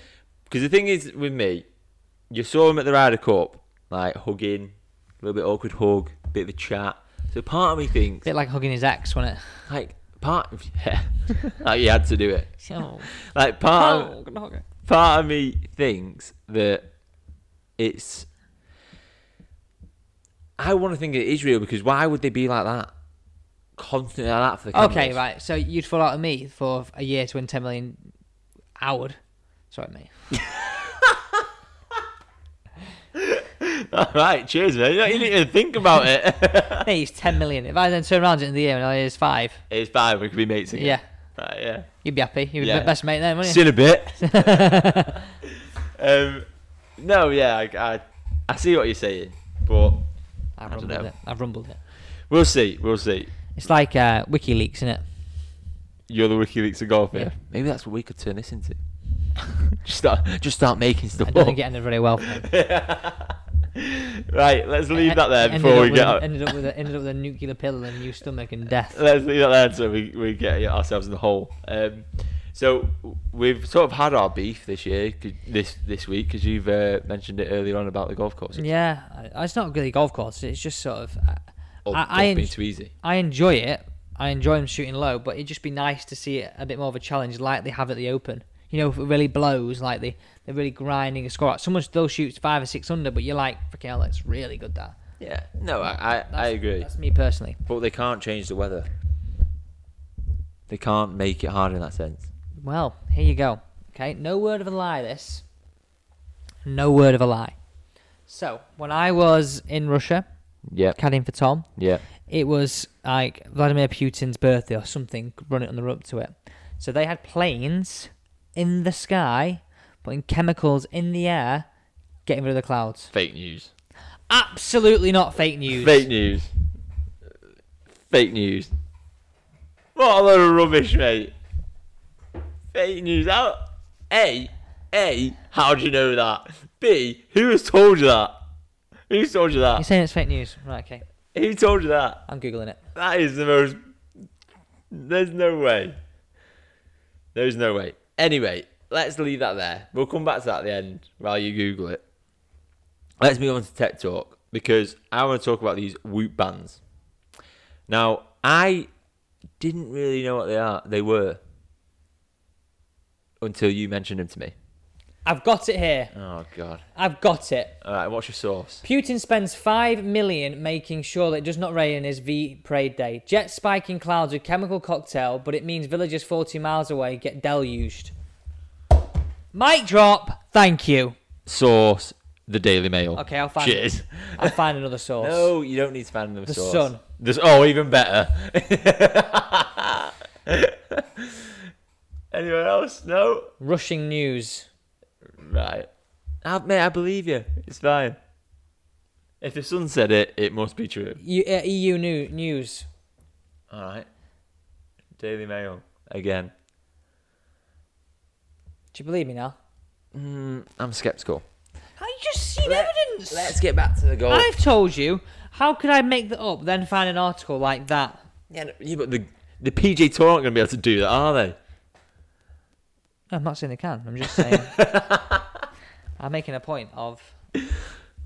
B: Because the thing is with me, you saw him at the Ryder Cup, like hugging, a little bit awkward hug, bit of a chat. So, part of me thinks,
A: bit like hugging his ex, wasn't it?
B: like part of yeah, like he had to do it.
A: Oh,
B: Like part
A: oh, gonna hug her.
B: of, part of me thinks that it's. I want to think it is real because why would they be like that, constantly like that for the cameras?
A: Okay, right. So you'd fall out with me for a year to win 10 million. I would. Sorry, mate.
B: All right, cheers, man. You don't need to think about it.
A: Hey, he's 10 million. If I then turn around at the end of the year and I here's five,
B: it's fine. We could be mates again.
A: yeah,
B: Right, yeah.
A: you'd be happy. You'd be
B: Yeah.
A: the best mate then, wouldn't
B: See
A: you?
B: you in a bit. um, no, yeah, I, I, I see what you're saying, but
A: I've
B: I don't
A: rumbled
B: know.
A: it. I've rumbled it.
B: we'll see. We'll see.
A: It's like uh, WikiLeaks, isn't it?
B: You're the WikiLeaks of golf,
A: Yeah.
B: Maybe that's what we could turn this into. just start, just start making
A: I
B: stuff up.
A: don't think it ended very well.
B: right, let's leave
A: It
B: that there
A: ended
B: before
A: up
B: we
A: with,
B: get. Out.
A: Ended up with a, ended up with a nuclear pill in your stomach and death.
B: Let's leave that there so we, we get ourselves in the hole. Um, so we've sort of had our beef this year, 'cause- this this week, because you've uh, mentioned it earlier on about the golf course.
A: Yeah, I- it's not really golf course. It's just sort of. I,
B: Oh,
A: I, I,
B: don't
A: en-
B: be too easy.
A: I enjoy it. I enjoy them shooting low, but it'd just be nice to see it a bit more of a challenge like they have at the Open. You know, if it really blows, like they, they're really grinding a score out. Someone still shoots five or six under, but you're like, freaking hell, that's really good, that.
B: Yeah, no, I I, I
A: That's-
B: agree.
A: That's me personally.
B: But they can't change the weather. They can't make it hard in that sense.
A: Well, here you go. Okay, no word of a lie, this. No word of a lie. So, when I was in Russia,
B: Yep,
A: caddying for Tom,
B: yep.
A: it was like Vladimir Putin's birthday or something running on the run up to it. So they had planes in the sky putting chemicals in the air, getting rid of the clouds.
B: Fake news.
A: Absolutely not fake news.
B: Fake news. Fake news. What a load of rubbish, mate. Fake news. How? A. A. How do you know that? B. Who has told you that? Who told you
A: You're
B: that?
A: saying it's fake news. Right, okay.
B: Who told you that?
A: I'm Googling it.
B: That is the most. There's no way. There's no way. Anyway, let's leave that there. We'll come back to that at the end while you Google it. Let's move on to tech talk because I want to talk about these Whoop bands. Now, I didn't really know what they are. They were until you mentioned them to me.
A: I've got it here.
B: Oh God!
A: I've got it.
B: All right, what's your source?
A: Putin spends 5 million making sure that it does not rain on his V parade day. Jet spiking clouds with chemical cocktail, but it means villagers 40 miles away get deluged. Mic drop. Thank you.
B: Source: The Daily Mail.
A: Okay, I'll find
B: Cheers.
A: I'll find another source.
B: No, you don't need to find another
A: The
B: source.
A: sun.
B: The, oh, even better. Anyone else? No.
A: Rushing news.
B: Right. I, mate, I believe you. It's fine. If the sun said it, it must be true.
A: U- uh, EU new- news.
B: All right. Daily Mail again.
A: Do you believe me now?
B: Mm, I'm skeptical.
A: I just seen evidence.
B: Let's get back to the goal.
A: I've told you. How could I make that up? Then find an article like that.
B: Yeah, no, yeah, but the the PJ Tour aren't going to be able to do that, are they?
A: I'm not saying they can. I'm just saying. I'm making a point of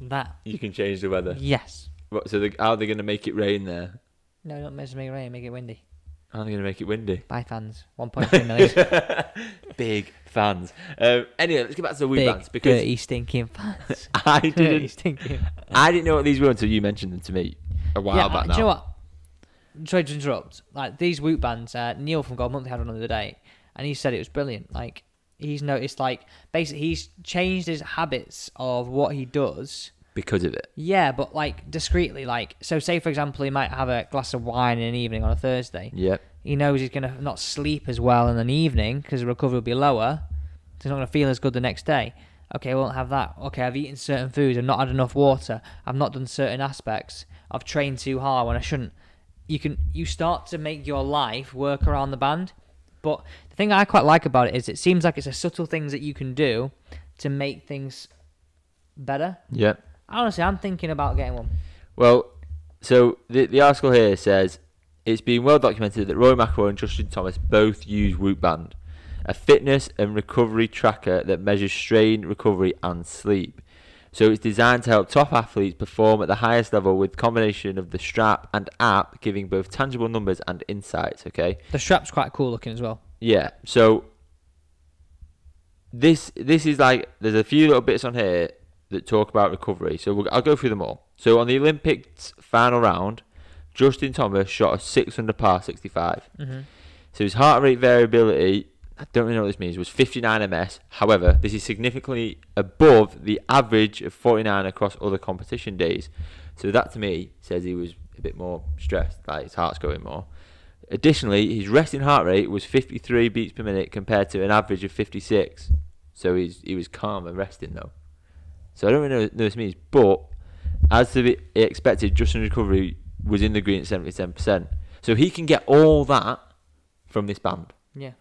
A: that.
B: You can change the weather.
A: Yes.
B: What, so they, how are they going to make it rain there?
A: No, not make it rain. Make it windy.
B: How are they going to make it windy?
A: Bye, fans. 1.3 million.
B: big fans. Um, anyway, let's get back to the Wii bands
A: Big,
B: because
A: dirty, stinking fans.
B: I
A: dirty,
B: didn't,
A: stinking.
B: I didn't know what these were until you mentioned them to me a while
A: yeah,
B: back
A: uh, Do
B: now.
A: you know what? Sorry to interrupt. Like these Woot bands, uh, Neil from God Monthly had one the other day, and he said it was brilliant. Like he's noticed like basically he's changed his habits of what he does.
B: because of it.
A: Yeah, but like discreetly, like so. Say for example, he might have a glass of wine in an evening on a Thursday.
B: Yep.
A: He knows he's gonna not sleep as well in an evening because the recovery will be lower. So he's not gonna feel as good the next day. Okay, I won't have that. Okay, I've eaten certain foods. I've not had enough water. I've not done certain aspects. I've trained too hard when I shouldn't. You can you start to make your life work around the band. But the thing I quite like about it is it seems like it's a subtle things that you can do to make things better.
B: Yep.
A: Honestly, I'm thinking about getting one.
B: Well, so the the article here says it's been well documented that Roy McIlroy and Justin Thomas both use Whoop Band, a fitness and recovery tracker that measures strain, recovery, and sleep. So it's designed to help top athletes perform at the highest level with combination of the strap and app, giving both tangible numbers and insights. Okay.
A: The strap's quite cool looking as well.
B: Yeah. So this this is like there's a few little bits on here that talk about recovery. So we'll, I'll go through them all. So on the Olympics final round, Justin Thomas shot a 600 par 65.
A: Mhm.
B: So his heart rate variability, I don't really know what this means, was 59 ms. However, this is significantly above the average of 49 across other competition days. So that to me says he was a bit more stressed, like his heart's going more. Additionally, his resting heart rate was 53 beats per minute compared to an average of 56. So he's, he was calm and resting though. So I don't really know what this means, but as to be expected, Justin's recovery was in the green at 77%. So he can get all that from this band.
A: Yeah.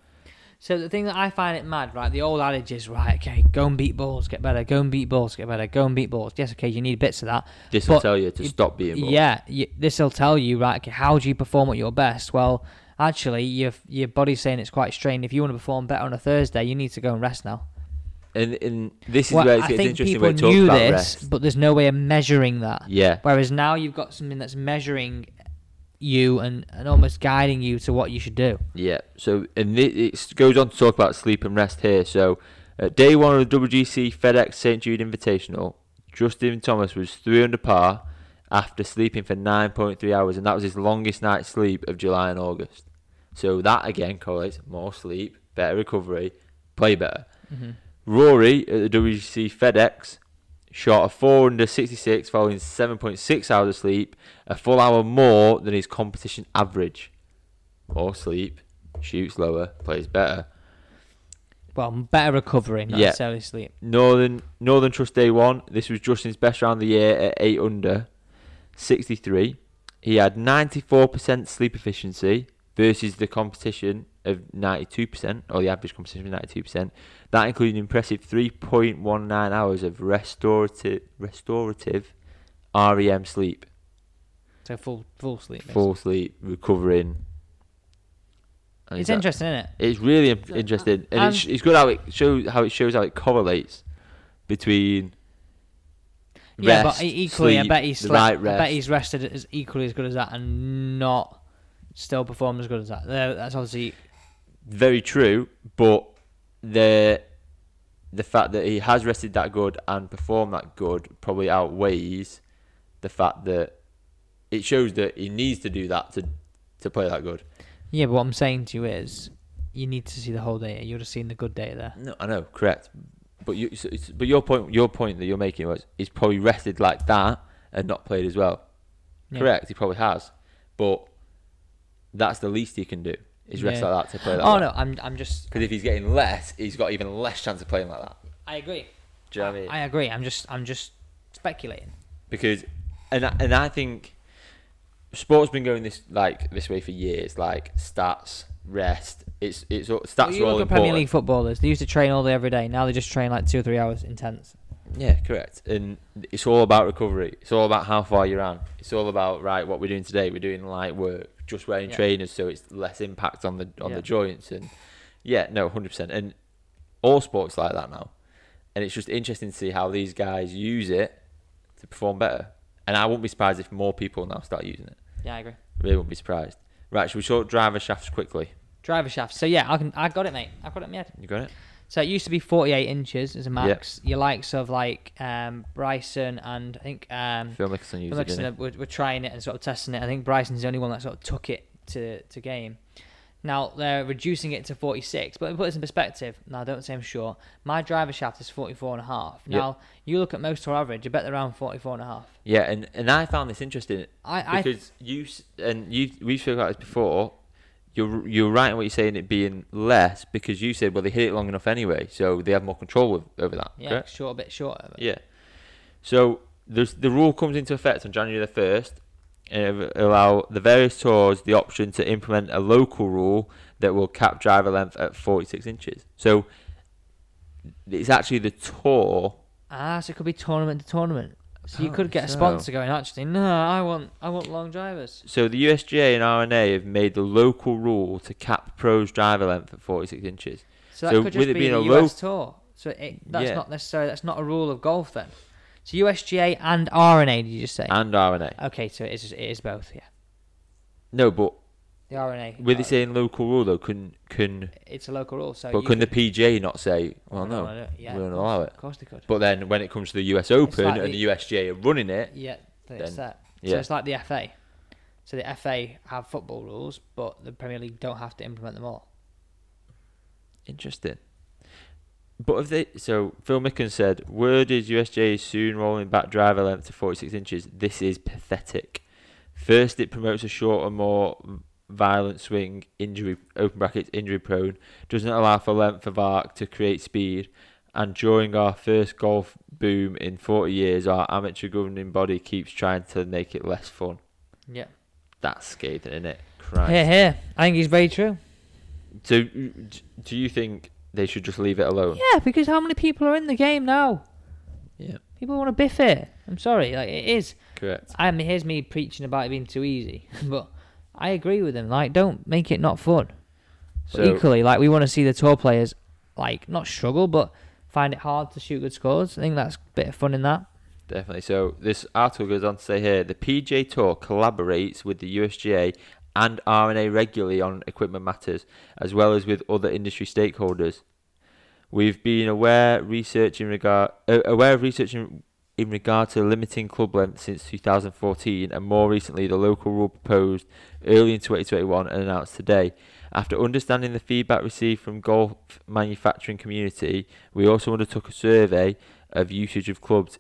A: So the thing that I find it mad, right? The old adage is right. Okay, go and beat balls, get better. Go and beat balls, get better. Go and beat balls. Yes, okay, you need bits of that.
B: This will
A: But
B: tell you to
A: you-
B: stop being bored.
A: Yeah, you, this will tell you, right? Okay, how do you perform at your best? Well, actually, your your body's saying it's quite strained. If you want to perform better on a Thursday, you need to go and rest now.
B: And, and this is
A: Well,
B: where it
A: I
B: gets
A: think
B: interesting
A: people
B: when it talks
A: knew
B: about
A: this,
B: rest.
A: but there's no way of measuring that.
B: Yeah.
A: Whereas now you've got something that's measuring you and, and almost guiding you to what you should do.
B: Yeah. So and it, it goes on to talk about sleep and rest here. So uh, day one of the WGC FedEx St Jude Invitational, Justin Thomas was 300 par after sleeping for 9.3 hours, and that was his longest night's sleep of July and August. So that again correlates more sleep, better recovery, play better. Rory at the WGC FedEx shot a 4 under 66 following 7.6 hours of sleep, a full hour more than his competition average. More sleep, shoots lower, plays better.
A: Well, better recovery, not
B: Yeah.
A: necessarily sleep.
B: Northern Northern Trust Day One. This was Justin's best round of the year at eight under, sixty three. He had ninety four percent sleep efficiency versus the competition of ninety two percent, or the average competition of ninety two percent. That included an impressive three point one nine hours of restorative restorative REM sleep,
A: So full full sleep. basically.
B: full sleep, recovering. And
A: It's
B: that-
A: interesting, isn't it?
B: It's really im-
A: So, uh,
B: interesting, and
A: um,
B: it's, it's good how it shows how it shows how it correlates between.
A: Yeah, but
B: rest,
A: e- equally, I
B: sleep,
A: bet he's
B: the
A: slept,
B: right rest.
A: I bet he's rested as equally as good as that, and not still performed as good as that. There- That's obviously
B: Very true, but the the fact that he has rested that good and performed that good probably outweighs the fact that it shows that he needs to do that to to play that good.
A: yeah. But what I'm saying to you is, you need to see the whole data. You're just seeing the good data there.
B: No, I know, correct. But you, so it's, but your point, your point that you're making was he's probably rested like that and not played as well.
A: Yeah.
B: Correct, he probably has, but that's the least he can do is rest
A: Yeah.
B: like that to play like
A: Oh no, I'm I'm just
B: Because if he's getting less, he's got even less chance of playing like that.
A: I agree.
B: Do you know what I mean?
A: I agree. I'm just I'm just speculating.
B: because and I, and I think sport's been going this like this way for years. Like stats, rest. It's it's all-
A: Well,
B: stats
A: you
B: are all
A: look at Premier League
B: important.
A: footballers. They used to train all day every day. Now they just train like two or three hours intense.
B: Yeah, correct. And it's all about recovery. It's all about how far you're on. It's all about right what we're doing today. We're doing light work, just wearing
A: Yeah.
B: trainers, so it's less impact on the on
A: Yeah.
B: the joints. And yeah, no, hundred percent. And all sports like that now. And it's just interesting to see how these guys use it to perform better. And I wouldn't be surprised if more people now start using it.
A: Yeah, I agree.
B: Really wouldn't be surprised. Right, should we sort driver shafts quickly?
A: Driver shaft. So yeah, I can I got it, mate. I got it in my head.
B: You got it?
A: So it used to be 48 inches as a max. Your likes of like um, Bryson and I think um,
B: Phil Mickelson used it, didn't
A: Alexa were, were trying it and sort of testing it. I think Bryson's the only one that sort of took it to to game. Now they're reducing it to 46, but to put this in perspective, now don't say I'm sure. My driver shaft is 44 and a half.
B: Yeah.
A: Now you look at most tour average, I bet they're around 44 and a half.
B: Yeah, and, and I found this interesting
A: I, I
B: because you s- and you we've spoken about this before. You're you're right in what you're saying it being less because you said well they hit it long enough anyway, so they have more control with, over that.
A: yeah,
B: correct?
A: short a bit shorter. but-
B: Yeah. So there's, the rule comes into effect on January the 1st and it will allow the various tours the option to implement a local rule that will cap driver length at 46 inches. So it's actually the tour.
A: Ah, so it could be tournament to tournament. So you could
B: Apparently
A: get a
B: Oh, so.
A: sponsor going. Actually, no, I want I want long drivers.
B: So the USGA and RNA have made the local rule to cap pros driver length at 46 inches.
A: So that
B: So
A: could
B: with
A: just
B: it
A: be
B: being
A: the
B: a low-
A: US tour. So it, that's
B: Yeah.
A: not necessarily that's not a rule of golf then. So USGA and RNA, did you just say?
B: And RNA.
A: okay, so it is it is both. Yeah,
B: No, but
A: the RNA.
B: with it saying local rule though, can can
A: uh, it's a local rule. So
B: but
A: you
B: can the
A: could-
B: PGA not say, well
A: we don't
B: no,
A: wanna do it. yeah,
B: we
A: of
B: don't
A: course-
B: allow it.
A: Of course they could.
B: But then when it comes to the US Open
A: like
B: and
A: the-
B: the USGA are running it,
A: Yeah, then it's that.
B: yeah.
A: So it's like the FA. So the FA have football rules, but the Premier League don't have to implement them all.
B: interesting. But if they so Phil Micken said, word is USGA is soon rolling back driver length to 46 inches. This is pathetic. First, it promotes a shorter, more violent swing, injury open brackets injury prone, doesn't allow for length of arc to create speed. And during our first golf boom in 40 years, our amateur governing body keeps trying to make it less fun.
A: Yeah.
B: That's scathing, isn't it? Christ.
A: Here, here. I think it's very true.
B: So, do you think they should just leave it alone?
A: Yeah, because how many people are in the game now?
B: Yeah.
A: People want to biff it. I'm sorry, like it is.
B: Correct.
A: I mean, here's me preaching about it being too easy, but I agree with them. Like, don't make it not fun. But
B: So,
A: equally, like we want to see the tour players, like not struggle, but find it hard to shoot good scores. I think that's a bit of fun in that.
B: definitely. So, this article goes on to say here the PJ Tour collaborates with the USGA and RNA regularly on equipment matters, as well as with other industry stakeholders. We've been aware research in regard uh, aware of research in, in regard to limiting club length since 2014, and more recently the local rule proposed early in 2021 and announced today. After understanding the feedback received from golf manufacturing community, we also undertook a survey of usage of clubs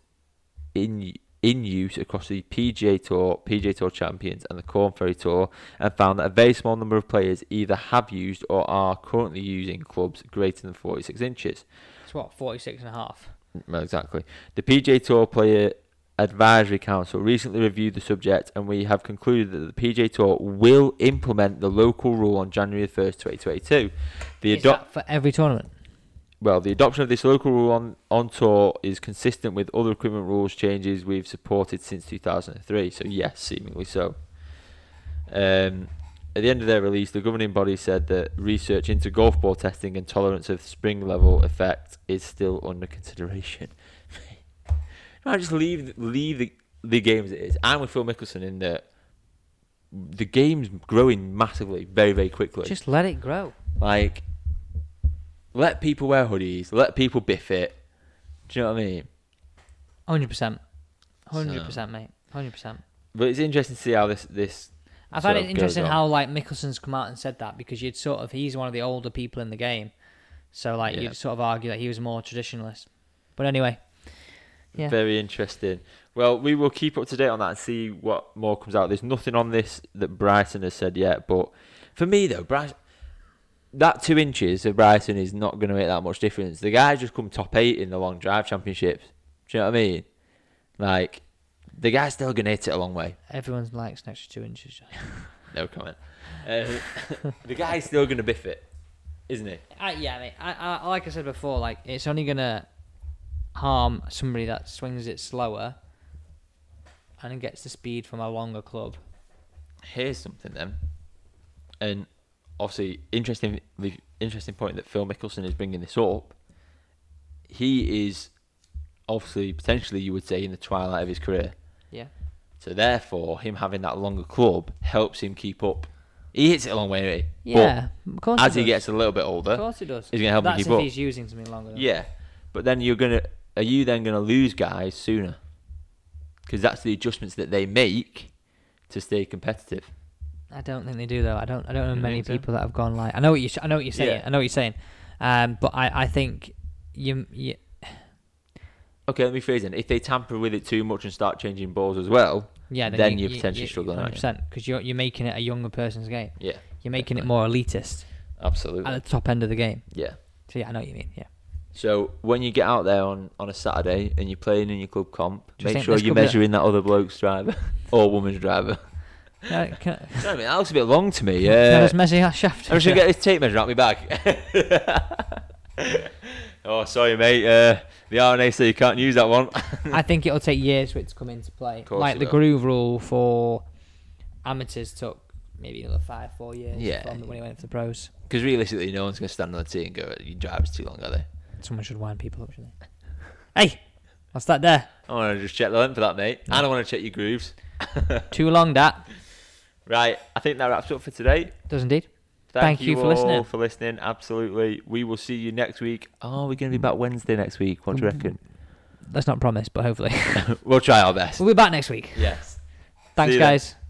B: in in use across the PGA Tour, PGA Tour Champions, and the Corn Ferry Tour, and found that a very small number of players either have used or are currently using clubs greater than 46 inches.
A: It's what 46 and a half.
B: Well, exactly. The PGA Tour Player Advisory Council recently reviewed the subject, and we have concluded that the PGA Tour will implement the local rule on January 1st, 2022. The
A: Is that
B: adopt.
A: for every tournament?
B: Well, the adoption of this local rule on, on tour is consistent with other equipment rules changes we've supported since 2003. So, yes, seemingly so. Um, at the end of their release, the governing body said that research into golf ball testing and tolerance of spring level effect is still under consideration. no, just leave leave the, the game as it is. I'm with Phil Mickelson in that the game's growing massively, very, very quickly.
A: Just let it grow.
B: Like, let people wear hoodies. Let people biff it. Do you know what I mean?
A: 100%. 100%,
B: So-
A: mate. 100%.
B: But it's interesting to see how this this.
A: I
B: sort
A: find it
B: of
A: interesting
B: goes on.
A: how like Mickelson's come out and said that because you'd sort of he's one of the older people in the game, so like
B: Yeah.
A: you'd sort of argue that he was more traditionalist. But anyway, yeah.
B: Very interesting. Well, we will keep up to date on that and see what more comes out. There's nothing on this that Brighton has said yet, but for me though, Brighton, that two inches of Brighton is not going to make that much difference. The guy's just come top eight in the long drive championships. Do you know what I mean? Like, the guy's still going to hit it a long way.
A: everyone likes an extra two inches.
B: No comment. Um, the guy's still going to biff it, isn't he?
A: I, yeah, mate. I, I, like I said before, like it's only gonna harm somebody that swings it slower and gets the speed from a longer club.
B: Here's something then, and obviously interesting. The interesting point that Phil Mickelson is bringing this up. He is obviously potentially you would say in the twilight of his career.
A: Yeah.
B: So therefore, him having that longer club helps him keep up. He hits it a long way, anyway,
A: Yeah, of course.
B: but as he
A: does.
B: gets a little bit older,
A: of course he does.
B: he's gonna help him
A: That's
B: keep
A: if
B: up.
A: he's using something longer. Than
B: Yeah, but then you're gonna are you then gonna lose guys sooner? Because that's the adjustments that they make to stay competitive.
A: I don't think they do though. I don't. I don't know
B: You
A: many
B: think so?
A: people that have gone like. I know what you. s- I know what you're saying.
B: Yeah.
A: I know what you're saying. Um, but I, I think you, you.
B: Okay, let me phrase it. If they tamper with it too much and start changing balls as well,
A: Yeah. Then,
B: Then
A: you,
B: you're potentially struggling, aren't you?
A: Hundred percent, because you're you're making it a younger person's game.
B: yeah,
A: You're making
B: Definitely.
A: it more elitist
B: absolutely.
A: at the top end of the game.
B: yeah.
A: So yeah, I know what you mean. Yeah.
B: So when you get out there on, on a Saturday and you're playing in your club comp,
A: Do you
B: make
A: think
B: sure
A: this
B: you're
A: could be the-
B: measuring that other bloke's driver or woman's driver.
A: Uh, can, I-
B: Sorry, mate, that looks a bit long to me.
A: can I
B: Yeah.
A: just measure that shaft?
B: I'm just gonna get this tape measure out my bag. oh, sorry, mate. Uh, the RNA say you can't use that one.
A: I think it'll take years for it to come into play.
B: course
A: Like
B: it
A: the
B: will.
A: groove rule for amateurs took maybe another five, four years
B: Yeah.
A: from when it went to the pros.
B: Because realistically, no one's gonna stand on the tee and go, "Your driver's too long, are they?"
A: Someone should wind people up, shouldn't they? hey, what's that there?
B: I want to just check the length for that, mate. And I want to check your grooves.
A: Too long, that
B: Right, I think that wraps up for today.
A: does indeed.
B: Thank, you, for listening. For listening, absolutely. We will see you next week. Oh, we're going to be back Wednesday next week. What do you reckon?
A: Let's not promise, but hopefully
B: we'll try our best.
A: we'll be back next week.
B: Yes.
A: Thanks,
B: you then.
A: guys.